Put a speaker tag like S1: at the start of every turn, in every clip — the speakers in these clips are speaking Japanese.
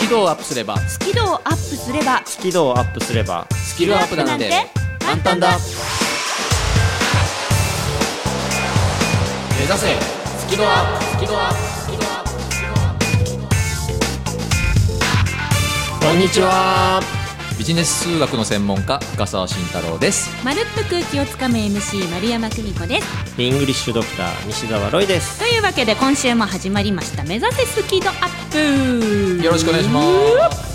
S1: キ度をアップすれば
S2: スキルをアップすれば
S3: スキルをアップすれば
S1: スキルアップなんて簡単だ目指せスキルアップスキルアップスキルアップスキルアップこんにちはビジネス数学の専門家深澤慎太郎です
S2: まるっと空気をつかむ MC 丸山久美子です
S3: イングリッシュドクター西澤ロイです
S2: というわけで今週も始まりました目指せスキドアップ
S1: よろしくお願いします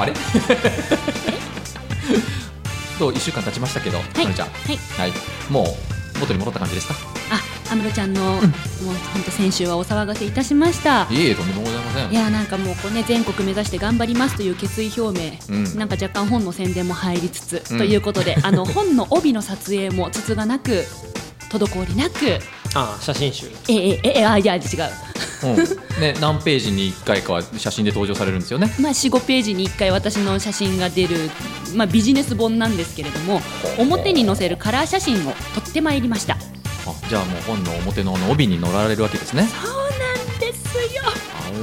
S1: あれ どう一週間経ちましたけど、
S2: はい
S1: まるちゃん
S2: はい
S1: はいもう元に戻った感じですか
S2: あ安室ちゃんの、もう本当先週はお騒がせいたしました
S1: いえいえとんでもございません
S2: いやなんかもうこうね全国目指して頑張りますという決意表明、
S1: うん
S2: なんか若干本の宣伝も入りつつ、
S1: うん
S2: ということ であの本の帯の撮影もつつがなく滞りなくえ
S3: ああ写真集
S2: えええええあいや違う
S1: うん、ね、何ページに1回かは写真で登場されるんですよね。
S2: まあ、45ページに1回私の写真が出る、まあ、ビジネス本なんですけれども表に載せるカラー写真を撮ってまいりました
S1: あじゃあもう本の表の帯に載られるわけですね。
S2: そうなんですよ
S1: あ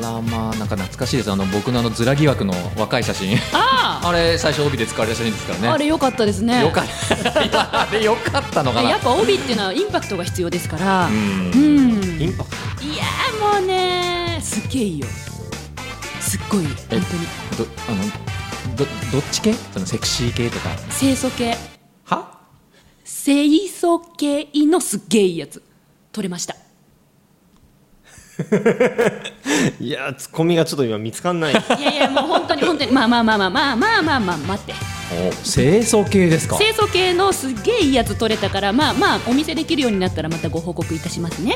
S1: らまあなんか懐かしいですあの僕のあのズラ疑惑の若い写真
S2: あ
S1: あれ最初帯で使われた写真ですからね。
S2: あれ良かったですね
S1: よかったいやあれよかったのかな。
S2: やっぱ帯っていうのはインパクトが必要ですから
S1: う
S2: うんん
S3: イ
S2: い
S3: ンパク
S2: やーもうねーすっげえいいよすっごいいい本当に
S1: どあのどどっち系そのセクシー系とか
S2: 清楚系
S1: は
S2: 清楚系のすっげえいいやつ撮れました
S3: ト いやーツッコミがちょっと今見つかんない
S2: いやいやもう本当に本当にまあまあまあまあまあまあまあまあ待って
S1: お清楚系ですか
S2: 清楚系のすっげえいいやつ取れたからまあまあお見せできるようになったらまたご報告いたしますね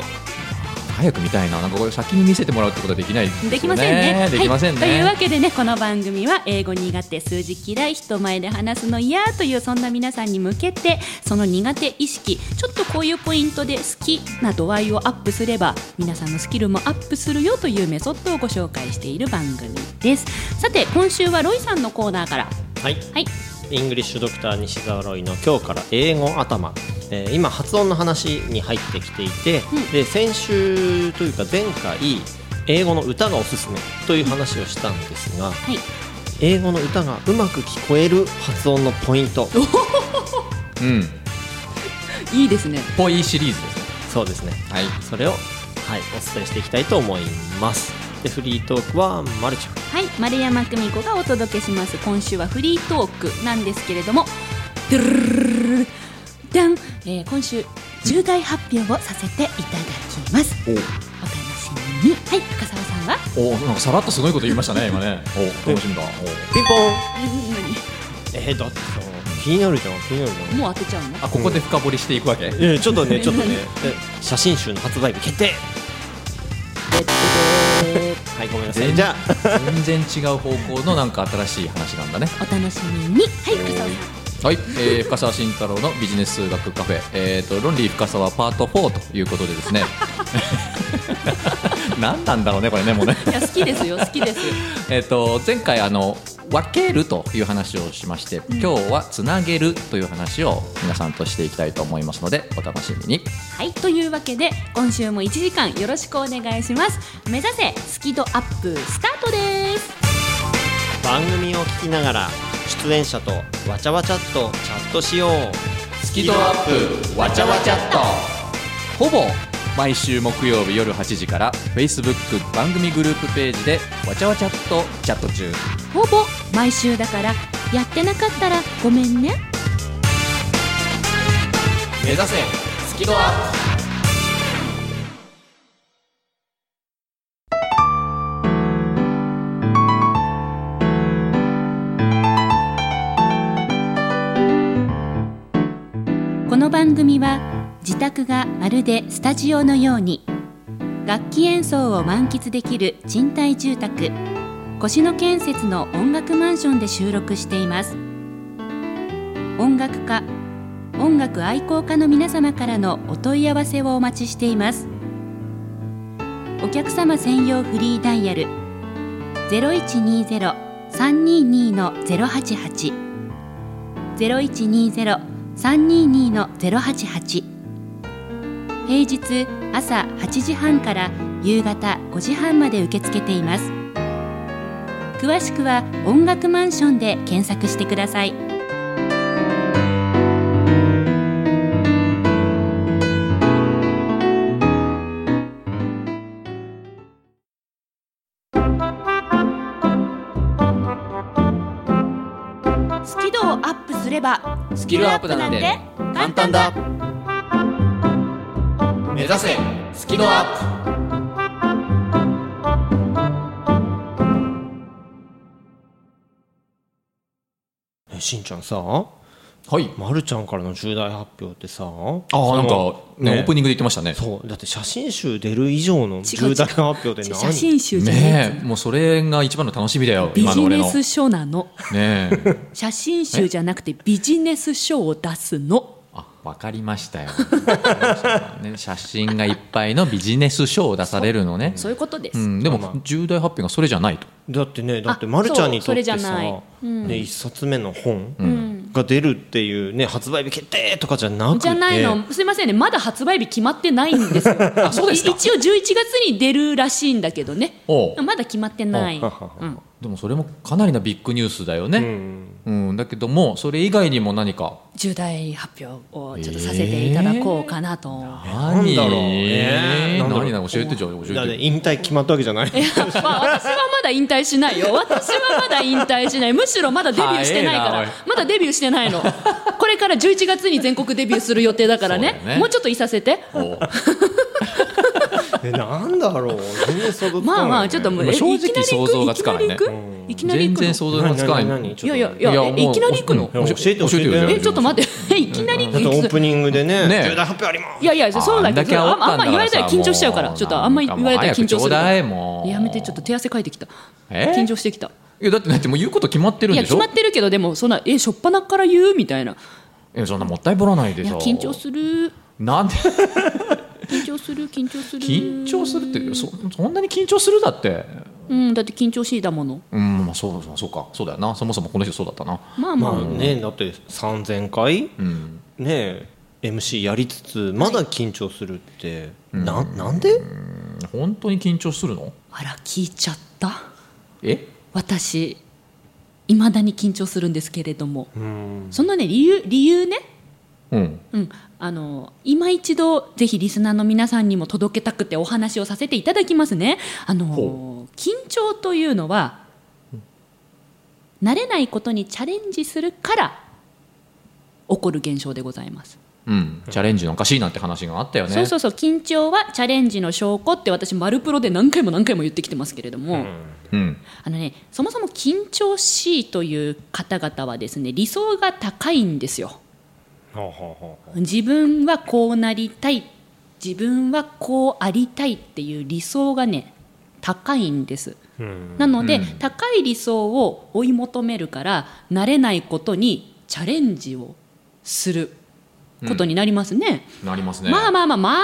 S1: 早く見たいななんかこれ先に見せてもらうってことはできないすよ
S2: できませんね
S1: できませんね、
S2: はい、というわけでねこの番組は英語苦手数字嫌い人前で話すの嫌というそんな皆さんに向けてその苦手意識ちょっとこういうポイントで好きな度合いをアップすれば皆さんのスキルもアップするよというメソッドをご紹介している番組ですさて今週はロイさんのコーナーから
S3: はい
S2: はい
S3: イングリッシュドクター西澤ロイの今日から英語頭、えー今発音の話に入ってきていて、
S2: うん
S3: で先週というか前回英語の歌がおすすめという話をしたんですが
S2: はい
S3: 英語の歌がうまく聞こえる発音のポイント
S1: うん
S2: いいですね
S1: ぽいシリーズですね
S3: そうですね
S1: はい
S3: それを、はい、お伝えしていきたいと思いますでフリートークはまるちゃん
S2: はい丸山久美子がお届けします今週はフリートークなんですけれどもドゥルルルルルルダンえー今週重大発表をさせていただきます
S1: お
S2: お楽しみにはい深澤さんは
S1: おなんかさらっとすごいこと言いましたね今ねお楽しみだお
S3: ピンポン
S2: 何
S3: えー、だってさ気になるじゃん気になるじゃん
S2: もう当てちゃうの
S1: あここで深掘りしていくわけ、
S3: えー、ちょっとねちょっとねえ写真集の発売日決定はいごめんなさいじゃあ
S1: 全然違う方向のなんか新しい話なんだね
S2: お楽しみにはい深澤さん
S1: はい、えー、深澤慎太郎のビジネス数学カフェ、えー、とロンリー深澤パート4ということでですね 何なんだろうねこれねもうね
S2: いや好きですよ好きですよ
S1: えっと前回あの分けるという話をしまして、今日はつなげるという話を皆さんとしていきたいと思いますのでお楽しみに
S2: はいというわけで今週も1時間よろしくお願いします目指せスキドアップスタートです
S3: 番組を聞きながら出演者とわちゃわちゃっとチャットしよう
S1: スキドアップわちゃわちゃっとほぼ毎週木曜日夜8時から Facebook 番組グループページでわちゃわちゃっとチャット中
S2: ほぼ毎週だからやってなかったらごめんね
S1: 目指せスキドアップ
S2: この番組は自宅がまるでスタジオのように楽器演奏を満喫できる賃貸住宅越野建設の音楽マンションで収録しています音楽家音楽愛好家の皆様からのお問い合わせをお待ちしていますお客様専用フリーダイヤル0120-322-088 0120-322-088平日朝8時半から夕方5時半まで受け付けています詳しくは「音楽マンション」で検索してくださいスキルをアップすれば
S1: ス
S2: ス
S1: キルアップなんて簡単だ目指せスキルアップ
S3: えしんちゃんさ
S1: はい
S3: まるちゃんからの重大発表ってさ
S1: ああなんか、ねオープ
S3: ニング
S1: ニングで言ってましたね
S3: そうだって写真集出る以上の重大発表って何
S4: 写真集じゃないやつ
S1: ねえもうそれが一番の楽しみだよ
S4: ビ
S1: 今の
S4: ジ
S1: 俺
S4: ネ
S1: の
S4: ス
S1: ね
S4: 書なの
S1: え
S4: 写真集じゃなくてビジネス書を出すの
S1: あわかりましたよ、ね、写真がいっぱいのビジネス書を出されるのね
S4: そういうことです、
S1: うん、でも重大発表がそれじゃないと
S3: だってねだって
S4: あ
S3: まるちゃんにとって
S4: そうそれじゃ
S3: さ、
S4: ない
S3: ね、一冊目の本が出るっていうね発売日決定とかじゃなくて
S4: じゃないの、すいませんね、まだ発売日決まってない んですよ。
S1: そうですか
S4: い一応11月に出るらしいんだけどね。
S1: おう
S4: まだ決まってない。
S3: あははは
S4: うん
S1: でもそれもかなりなビッグニュースだよね、うんだけどもそれ以外にも何か
S4: 重大発表をちょっとさせていただこうかなと。
S1: 何
S3: なんだろう
S1: えー
S3: ねなんだろう
S1: 何だろう教えてじゃあ教
S3: だっ
S1: え
S3: て
S1: て
S3: 引退決まったわけじゃない
S4: まあ、私はまだ引退しないよ。私はまだ引退しない。むしろまだデビューしてないか
S1: 早い
S4: ら
S1: な。
S4: まだデビューしてないの。これから11月に全国デビューする予定だか ら
S1: そ
S4: ね
S1: う。だよね
S4: もうちょっといさせて。
S1: おう
S3: えなんだろう全然想像つかない、
S4: まあまあ、ちょっともう、
S1: まあ
S4: え
S1: 正直
S4: いきなり行
S1: 想
S4: く
S1: 像がつかないね
S4: いきなり行
S1: 全
S4: くいきなり行くの
S1: 然想像がつかない
S3: 何何何
S4: いやいやい
S1: いや
S4: や、
S1: もう
S4: えいきなり行くの
S1: うん
S3: 教えて教えて
S1: よ
S4: え、ちょっと待って、え いきなり
S3: だってオープニングでね
S1: ね
S3: 重大発表あります
S4: いやいや、そうだけど、
S1: あ
S4: あ
S1: ん
S4: ん
S1: だけ煽ったんだからさ
S4: まあんま言われたら緊張しちゃうから、
S1: もう
S4: ちょっとあんまり言われたら緊張する
S1: 早く
S4: から。
S1: ちょうだいもう
S4: やめて、ちょっと手汗かいてきた。
S1: え
S4: 緊張してきた。
S1: いやだってだってもう言うこと決まってるん
S4: いや、
S1: でし
S4: 決
S1: ょ
S4: まってるけど、でも、そんな、え、しょっぱなから言うみたいな。
S1: えそんなもったいぶらないで
S4: いや、
S1: さ
S4: 緊張する。
S1: なんで
S4: 緊張する、緊張する。
S1: 緊張するってそそんなに緊張するだって
S4: うん、だって緊張しいだもの。
S1: うんまあそうそうそうかそうだよなそもそもこの人そうだったな
S4: まあ
S3: ま
S4: ま
S3: あ
S4: あ。
S3: ねだって3000回、
S1: うん
S3: ね MC やりつつまだ緊張するって、ななんで
S1: 本当に緊張するの
S4: あら、聞いちゃった。
S1: え
S4: 私、いまだに緊張するんですけれども。
S3: うん
S4: そんなね、理由、理由ね。
S1: うん
S4: うん、あの今一度ぜひリスナーの皆さんにも届けたくてお話をさせていただきますね。あの緊張というのは、慣れないことにチャレンジするから起こる現象でございます。
S1: うんチャレンジのおかしいなんて話があったよね
S4: そうそうそう緊張はチャレンジの証拠って私マルプロで何回も何回も言ってきてますけれども、
S1: うん
S4: あのねそもそも緊張しいという方々はですね理想が高いんですよ。
S3: はあはあはあ
S4: 自分はこうなりたい自分はこうありたいっていう理想がね高いんです
S3: うん
S4: なので、
S1: うん
S4: 高い理想を追い求めるから慣れないことにチャレンジをすることになりますね、
S1: なりますね
S4: まあまあまあま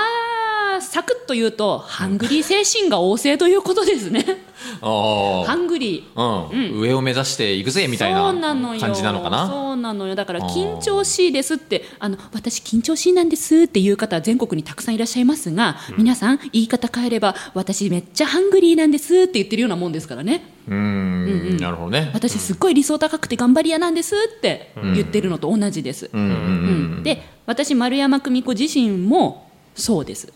S4: あサクッと言うとハングリー精神が旺盛ということですね
S1: あ
S4: ハングリー
S1: あ、うん、上を目指していくぜみたい
S4: そうなの
S1: な
S4: よ
S1: 感じなのかな
S4: そうなのよだから
S1: あー
S4: 緊張しいですってあの私緊張しいなんですっていう方は全国にたくさんいらっしゃいますが、皆さん言い方変えれば私めっちゃハングリーなんですって言ってるようなもんですからね
S1: うーんなるほどね
S4: 私すっごい理想高くて頑張り屋なんですって言ってるのと同じです、
S1: うんうん
S4: うんで私丸山久美子自身もそうです、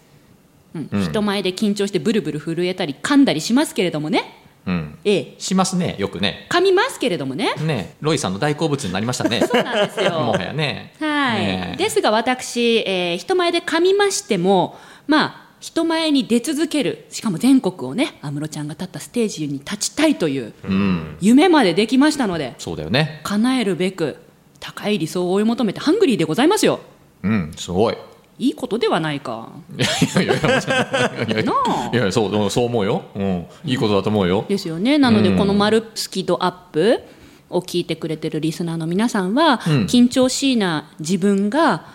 S4: うん人前で緊張してブルブル震えたり噛んだりしますけれどもね
S1: うん、うん、
S4: ええ
S1: しますねよくね
S4: 噛みますけれどもね
S1: ねロイさんの大好物になりましたね
S4: そうなんですよ
S1: もはやね
S4: はい、
S1: ね
S4: ですが私、えー人前で噛みましてもまあ人前に出続けるしかも全国をね安室ちゃんが立ったステージに立ちたいという
S1: うん
S4: 夢までできましたので
S1: そうだよね
S4: 叶えるべく高い理想を追い求めてハングリーでございますよ
S1: うんすごい
S4: いいことではないか
S1: いやいやいやいやいやいやいや
S4: なあ
S1: いやそううんそう思うよ、うん、いいことだと思うよ
S4: ですよねなの
S1: う
S4: で
S1: ん
S4: この「マルスキドアップ」を聞いてくれてるリスナーの皆さんは、
S1: ん
S4: 緊張しいな自分が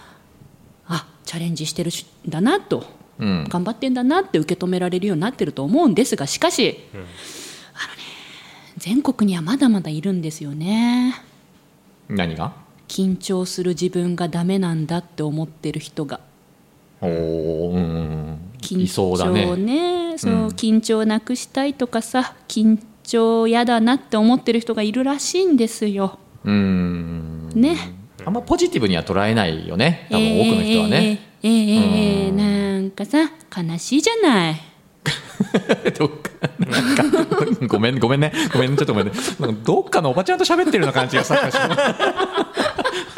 S4: あチャレンジしてるしんだなと、
S1: うん
S4: 頑張ってんだなって受け止められるようになってると思うんですがしかし、あのね全国にはまだまだいるんですよね
S1: 何が
S4: 緊張する自分がダメなんだって思ってる人が
S1: おおうんうんうん
S4: 緊
S1: いそうだ
S4: 張
S1: ね
S4: ねそう、
S1: うん
S4: 緊張なくしたいとかさ緊張嫌だなって思ってる人がいるらしいんですよ。
S1: うーん
S4: ね。
S1: あんまポジティブには捉えないよね多分多くの人はね、。
S4: えー、えーえーなんかさ悲しいじゃない。
S1: どっかなんか ごめんごめんねごめんねちょっとごめんねなんかどっかのおばちゃんと喋ってるような感じがさ っきか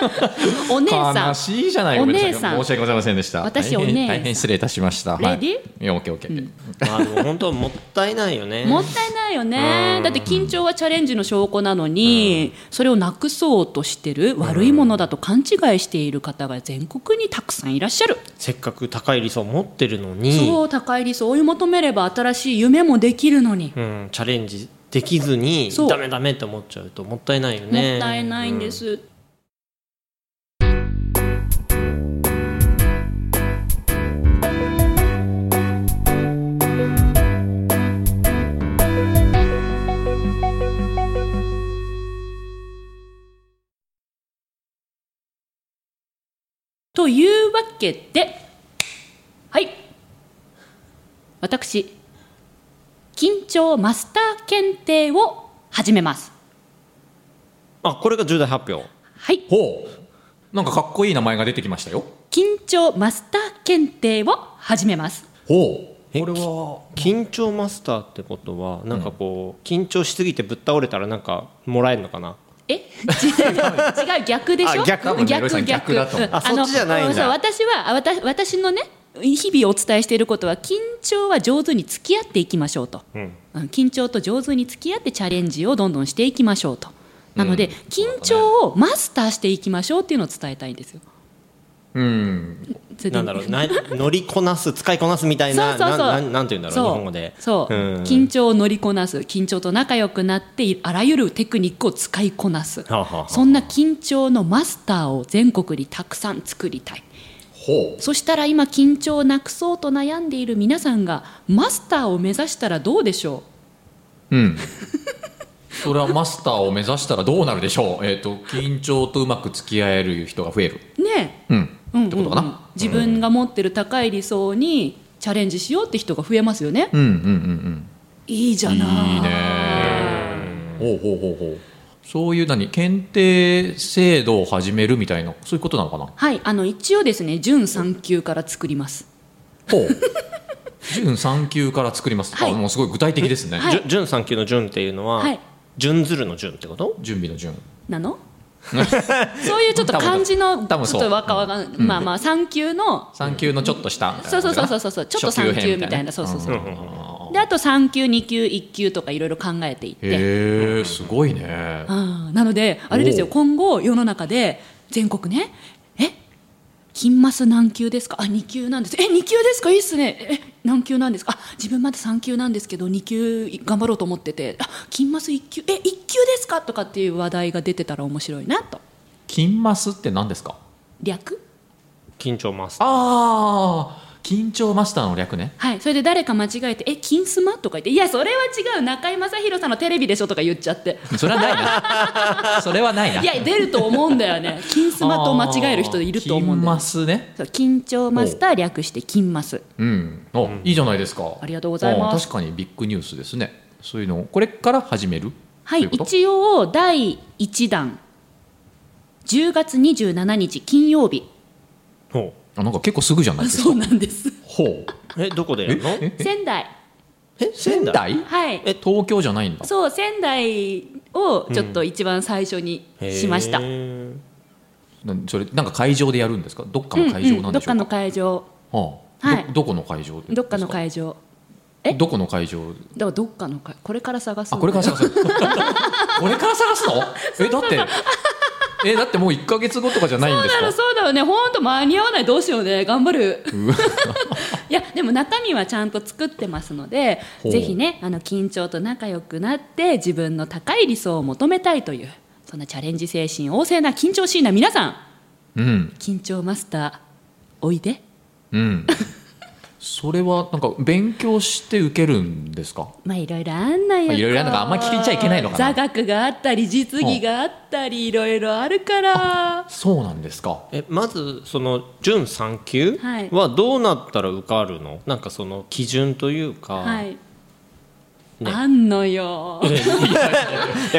S1: らし
S4: お姉
S1: て
S4: さ
S1: 悲
S4: ん。
S1: しいじゃないごめんなさい
S4: お姉さん
S1: 申し訳ございませんでした
S4: 私
S1: 大変
S4: お姉さん
S1: 大変失礼いたしました
S4: レディー
S1: はいいやオッケーオッケー、
S3: まあでも本当もったいないよね
S4: もったいないよね。だって緊張はチャレンジの証拠なのに、それをなくそうとしてる悪いものだと勘違いしている方が全国にたくさんいらっしゃる。
S3: せっかく高い理想を持ってるのに、
S4: そう高い理想を追い求めれば新しい夢もできるのに。
S3: うん、チャレンジできずに
S4: そう
S3: ダメダメって思っちゃうともったいないよ
S4: も
S3: ね
S4: ったいないんです。というわけで、はい。私、緊張マスター検定を始めます。
S3: あこれが重大発表
S4: はい、
S1: ほうなんかかっこいい名前が出てきましたよ
S4: 緊張マスター検定を始めます。
S1: ほう
S3: え
S1: これは
S3: 緊張マスターってことはなんかこう、緊張しすぎてぶっ倒れたらなんかもらえるのかな
S4: え 違う違う逆でしょ
S3: あ逆
S1: 多分ねロイさん逆だと思う
S4: うん
S3: あそっちじゃないんだ
S4: うんそう私はあわた私のね日々お伝えしていることは緊張は上手に付き合っていきましょうと、
S3: うん
S4: うん緊張と上手に付き合ってチャレンジをどんどんしていきましょうとなので、緊張をマスターしていきましょうっていうのを伝えたいんですよ。
S1: うん
S4: それで
S3: なんだろうな乗りこなす使いこなすみたいな
S4: そうそうそう
S3: なななんて言うんだろう
S4: そう
S3: 日本語で
S4: そう、
S3: ん
S4: 緊張を乗りこなす緊張と仲良くなっていあらゆるテクニックを使いこなす
S3: はあはあはあ
S4: そんな緊張のマスターを全国にたくさん作りたい
S1: ほう
S4: そしたら今緊張をなくそうと悩んでいる皆さんがマスターを目指したらどうでしょ
S1: うんそれはマスターを目指したらどうなるでしょうえっ、と緊張とうまく付き合える人が増える
S4: うね
S1: うん
S4: え、うんうんうん
S1: ってことかな
S4: 自分が持ってる高い理想にチャレンジしようって人が増えますよね、
S1: うんうんうん
S4: いいじゃ
S1: うん
S4: ない
S1: いいねほうほうほうほうそういう何検定制度を始めるみたいなそういうことなのかな
S4: はいあの一応ですね準3級から作ります
S1: ほう準3級から作ります、
S4: はい
S1: あもうすごい具体的ですね、
S4: はい
S3: じゅ準3級の準っていうのは、
S4: はい
S3: 準ずるの準ってこと
S1: 準備の準
S4: なのそういうちょっと漢字のち
S1: 多
S4: ょ
S1: 分
S4: っ
S1: そう
S4: とわかわかん、まあまあ3級の
S1: 3級のちょっと下みたい
S4: そ
S1: な
S4: うそうそう
S1: 感じかな
S4: そうそうそうちょっと3級みたいなそうそうそう、
S1: ん
S4: であと3級2級1級とかいろいろ考えていって
S1: へえすごいね
S4: あーなのであれですよ
S1: おう
S4: 今後世の中で全国ねえ金マス何級ですかあ2級なんですえ2級ですかいいっすねえ何級なんですかあ自分まだ3級なんですけど2級頑張ろうと思っててあ金マス1級え1級ですかとかっていう話題が出てたら面白いなと
S1: 金マスって何ですか
S4: 略
S3: 緊張マスター
S1: ああ緊張マスターの略ね
S4: はい、それで誰か間違えて「え金スマ?」とか言って「いやそれは違う中居正広さんのテレビでしょ」とか言っちゃって
S1: それはない なそれはないない
S4: や出ると思うんだ よね金スマと間違える人いると思うんだ
S1: あー金
S4: よ、
S1: マスね
S4: そう緊張マスター略して金マス
S1: うんあ、いいじゃないですか
S4: ありがとうございます
S1: あー確かにビッグニュースですねそういうのをこれから始める
S4: はい
S1: とうこと
S4: 一応第1弾10月27日金曜日
S3: ほ
S1: あなんか結構すぐじゃないですか
S4: そうなんです
S1: ほう
S3: うえどこでやるの
S1: ええ
S4: 仙台
S3: え
S1: 仙台
S4: はい
S3: え
S1: 東京じゃないんだ
S4: そう仙台をちょっと一番最初にしました、
S3: へー
S1: なそれなんか会場でやるんですかどっか
S4: うんう
S1: の
S4: ん
S1: 会場なん
S4: ど
S1: で
S4: っ
S1: しょ
S4: か
S1: う
S4: の
S1: か、
S4: 会場
S1: は
S4: はい
S1: どどこの会場ですか
S4: どっかの会場え
S1: どこの会場
S4: だからどっかの会これから探す
S1: あ
S4: んだよ
S1: これから探す これから探すのえだってえだってもう1か月後とかじゃないんです
S4: そうだろ
S1: か
S4: うそうだろうねほんと間に合わないどうしようね頑張る いやでも中身はちゃんと作ってますので
S1: ほう
S4: ぜひねあの緊張と仲良くなって自分の高い理想を求めたいというそんなチャレンジ精神旺盛な緊張しいな皆さん
S1: うん
S4: 緊張マスターおいで
S1: うんそれはなんか勉強して受けるんですか
S4: まあいろいろあんない
S1: まあ
S4: よ
S1: いろいろあんのかあんま聞いちゃいけないのかな
S4: 座学があったり実技があったりいろいろあるから
S1: そうなんですか
S3: えまずその準3級
S4: はい
S3: はどうなったら受かるのなんかその基準というか、
S4: はい
S3: ね
S4: あんのよ。
S3: いや
S4: ちょ
S3: ぐ
S4: っと今日は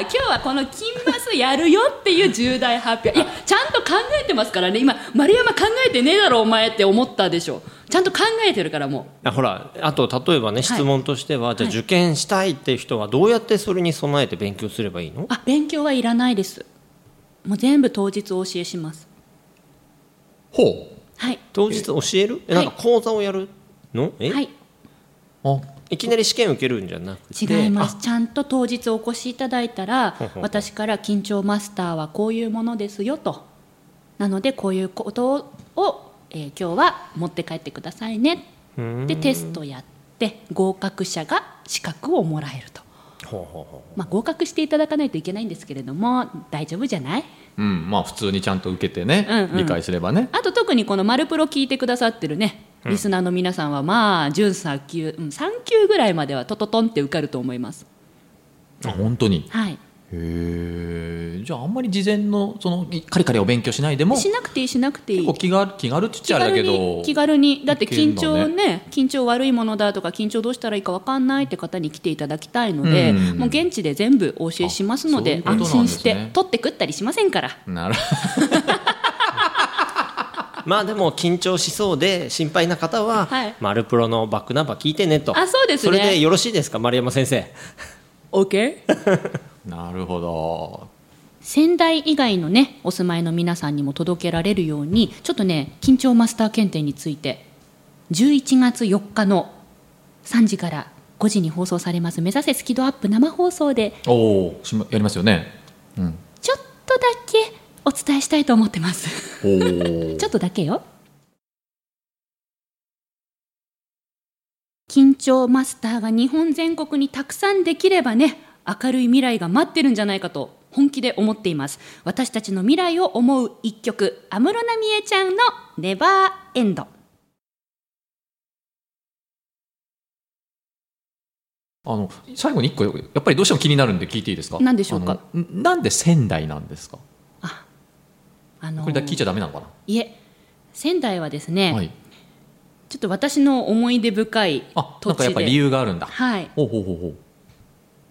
S4: 今日はこの金マスやるよっていう重大発表いやちゃんと考えてますからね今丸山考えてねえだろお前って思ったでしょちゃんと考えてるからも
S3: あほらあと例えばね質問としては、じゃあ受験したいっていう人はどうやってそれに備えて勉強すればいいの
S4: うあ勉強はいらないですもう全部当日お教えします
S1: ほ
S4: はい
S3: 当日教えるえ
S4: は
S3: ないんか講座をやるのえ、、
S4: はいい
S1: うあ
S3: きなり試験受けるんじゃなくて
S4: 違いますちゃんと当日お越しいただいたら
S3: ほうほう
S4: 私から緊張マスターはこういうものですよとなのでこういうことを、えー今日は持って帰ってくださいね
S3: うーん
S4: でテストやって合格者が資格をもらえると、
S3: ほうほうほ
S4: まあ、合格していただかないといけないんですけれども大丈夫じゃない
S1: うんまあ普通にちゃんと受けてね、
S4: うんうん
S1: 理解すればね
S4: あと特にこの「マルプロ」聞いてくださってるねリスナーの皆さんはまあ準3級、うん、3級ぐらいまではトトトンって受かると思います
S1: あ本当に
S4: はい
S1: へえじゃああんまり事前のそのいカリカリお勉強しないでも
S4: しなくていいしなくてい
S1: 結構
S4: い
S1: 気軽気軽っちっ
S4: 気
S1: ちゃあれだ
S4: 軽
S1: け
S4: に
S1: ど
S4: 気軽にだって
S1: いけん
S4: 緊
S1: だ
S4: 張
S1: ね
S4: ね緊張悪いものだとか緊張どうしたらいいか分かんないって方に来ていただきたいので、
S1: うん
S4: もう現地で全部お教えしますので
S1: あそういう
S4: 安
S1: ことなんで
S4: 心
S1: す
S4: し
S1: ね
S4: て取って食ったりしませんから
S1: なる
S3: うまあでも緊張しそうで心配な方は
S4: はい
S3: 「マルプロ」のバックナンバー聞いてねと
S4: あそうですね
S3: それでよろしいですか丸山先生
S4: OK?
S1: なるほど
S4: 仙台以外のねお住まいの皆さんにも届けられるようにちょっとね緊張マスター検定について11月4日の3時から5時に放送されます「目指せスキドアップ」生放送で
S1: おおしまやりますよねうん
S4: ちょっとだけお伝えしたいと思ってます
S1: おお
S4: ちょっとだけよ緊張マスターが日本全国にたくさんできればね明るい未来が待ってるんじゃないかと本気で思っています私たちの未来を思う一曲安室奈美恵ちゃんの「ネバーエンド」
S1: あの最後に一個やっぱりどうしても気になるんで聞いていいですか
S4: 何でしょうか
S1: あのんなんで仙台なんですか
S4: あのー
S1: これだけ聞いちゃダメなのかな、
S4: いえ仙台はですね、
S1: はい
S4: ちょっと私の思い出深い
S1: あな
S4: 土
S1: んか
S4: 地
S1: やっ
S4: で
S1: ぱり理由があるんだ
S4: はい
S1: ほうほうほうほう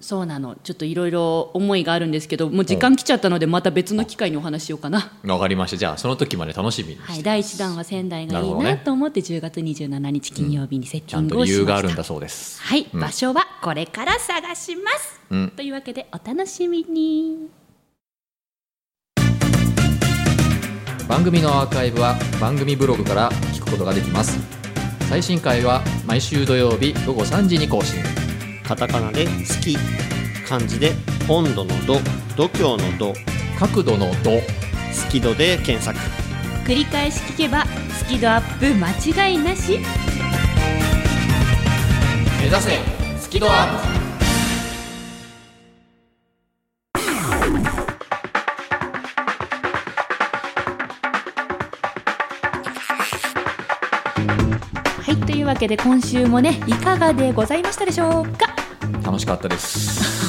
S4: そうなのちょっといろいろ思いがあるんですけどもう時間来ちゃったのでまた別の機会にお話しようかな
S1: わかりましたじゃあその時まで楽しみにして、
S4: はい、第1弾は仙台が
S1: なる
S4: いい
S1: ほど
S4: な
S1: ね
S4: と思って10月27日金曜日にセッ
S1: ち
S4: ティ
S1: ゃ
S4: ン
S1: ん
S4: グ
S1: と
S4: を
S1: 理
S4: し
S1: 由があ
S4: まし
S1: るん
S4: た
S1: だそうです
S4: はい、
S1: うん
S4: 場所はこれから探します、
S1: うん
S4: というわけでお楽しみに
S1: 番組のアーカイブは番組ブログから聞くことができます最新回は毎週土曜日午後3時に更新
S3: カタカナで「好き」漢字で「温度の度」「度胸の度」
S1: 角度の度
S3: 「好き度」で検索
S4: 繰り返し聞けばスキドアップ間違いなし
S1: 目指せスキドアップ
S4: はいというわけで今週もねいかがでございましたでしょうか
S1: 楽しかったです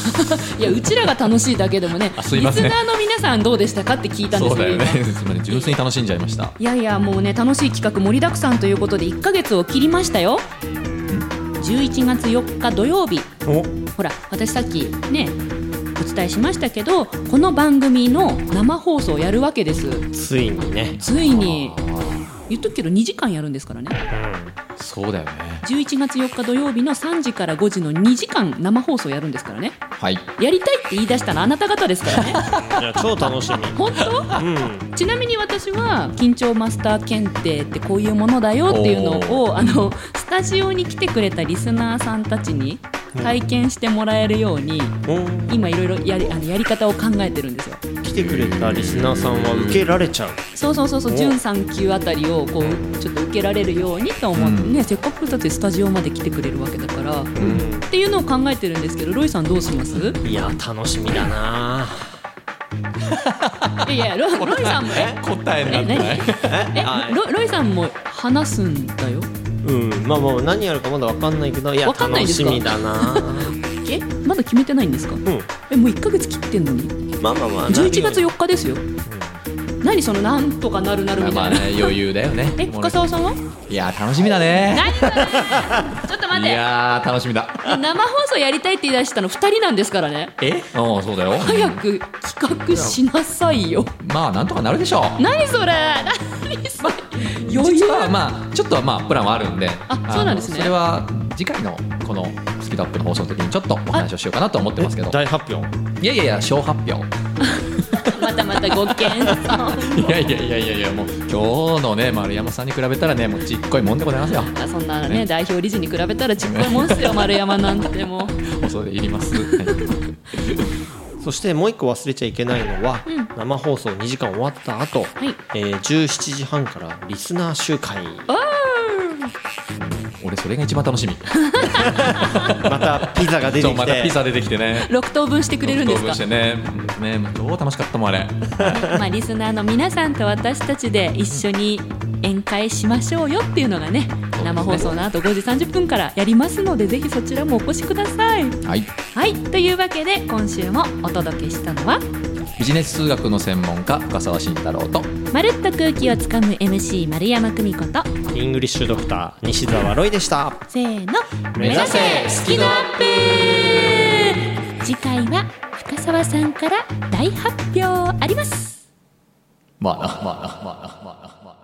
S4: いやうちらが楽しいだけでもね
S1: あすいません
S4: リスナーの皆さんどうでしたかって聞いたんで
S1: そ
S4: す
S1: う
S4: け
S1: だ
S4: ど
S1: よね
S4: 今
S1: つまり純粋に楽しんじゃいました
S4: いやいやもうね楽しい企画盛りだくさんということで1ヶ月を切りましたよ11月4日土曜日
S3: お
S4: ほら私さっきねお伝えしましたけどこの番組の生放送をやるわけです
S3: ついにね
S4: ついに
S1: あー
S4: 言っとくけど2時間やるんですからね
S1: そうだよね
S4: 11月4日土曜日の3時から5時の2時間生放送やるんですからね
S1: はい
S4: やりたいって言い出したのあなた方ですか らね
S3: いや超楽しみ
S4: 本当
S3: うん
S4: ちなみに私は緊張マスター検定ってこういうものだよっていうのをあのスタジオに来てくれたリスナーさんたちに体験してもらえるように
S3: うん
S4: 今いろいろやりあのやり方を考えてるんですよ
S3: 来てくれたリスナーさんは受けられちゃう
S4: そうそうそうそう
S3: お
S4: 準3級あたりをこうちょっと受けられるようにと思って、
S1: うん
S4: ねせっかくだってスタジオまで来てくれるわけだからっ
S3: う
S4: ていうのを考えてるんですけどロイさんどうします
S3: んいや楽しみだない
S4: やいやロロイさんもえ
S1: 答えになってない
S4: ええロロイさんも話すんだよ
S3: うんまあまあ何やるかまだわかんないけどいや
S4: わかんない
S3: 楽
S4: です
S3: し
S4: か
S3: みだな
S4: えまだ決めてないんです か
S3: うん
S4: えもう1ヶ月切ってんのに
S3: まあまあまあ
S4: 11月
S3: よ
S4: 4日ですよ何そのなんとかなるなるみ
S1: まあ
S4: たいな。
S1: ね余裕だよね
S4: え、深澤さんは？
S1: いやー楽しみだね
S4: 何それちょっと待っ
S1: い
S4: て。
S1: やー楽しみだ
S4: 生放送やりたいって言い出したの2人なんですからね
S1: えうんそうだよ
S4: 早く企画しなさいよ
S1: まあなんとかなるでしょう
S4: 何それ何それ余
S1: 実
S4: 裕
S1: はまあちょっとはまあプランはあるんで
S4: あ
S1: の
S4: そうなんですね
S1: それは次回のこの「スキドアップ」の放送の時にちょっとお話をしようかなと思ってますけど
S3: 大発表
S1: いやいやいや小発表
S4: またまたご謙遜
S1: いやいやいやいやいやもう今日のね丸山さんに比べたらねもうちっこいもんでございますよ
S4: そんなね代表理事に比べたらちっこいもんっすよ丸山なんてもう
S1: 恐れ入り ますはい
S3: そしてもう一個忘れちゃいけないのは、
S4: うん
S3: 生放送2時間終わった後、
S4: い
S3: えー17時半からリスナー集会
S1: 俺それが一番楽しみ
S3: またピザが出て
S1: そ
S3: き
S1: う
S3: て
S1: またピザ出てきてね
S4: 6等分してくれるんで
S1: 興
S4: す
S1: 奮
S4: か
S1: してねね超楽しかったもんあれ
S4: まあリスナーの皆さんと私たちで一緒に宴会しましょうよっていうのがね
S1: すね
S4: 生放送の後5時30分からやりますのでぜひそちらもお越しください
S1: はい
S4: はいというわけで今週もお届けしたのは
S1: ビジネス数学の専門家深澤慎太郎と
S4: まるっと空気をつかむ MC 丸山久美子と
S3: イングリッシュドクター西澤ロイでした
S4: せーの
S1: 目指せスキドアッ
S4: プ次回は深澤さんから大発表あります
S1: まあなまあなまあなまあなまあな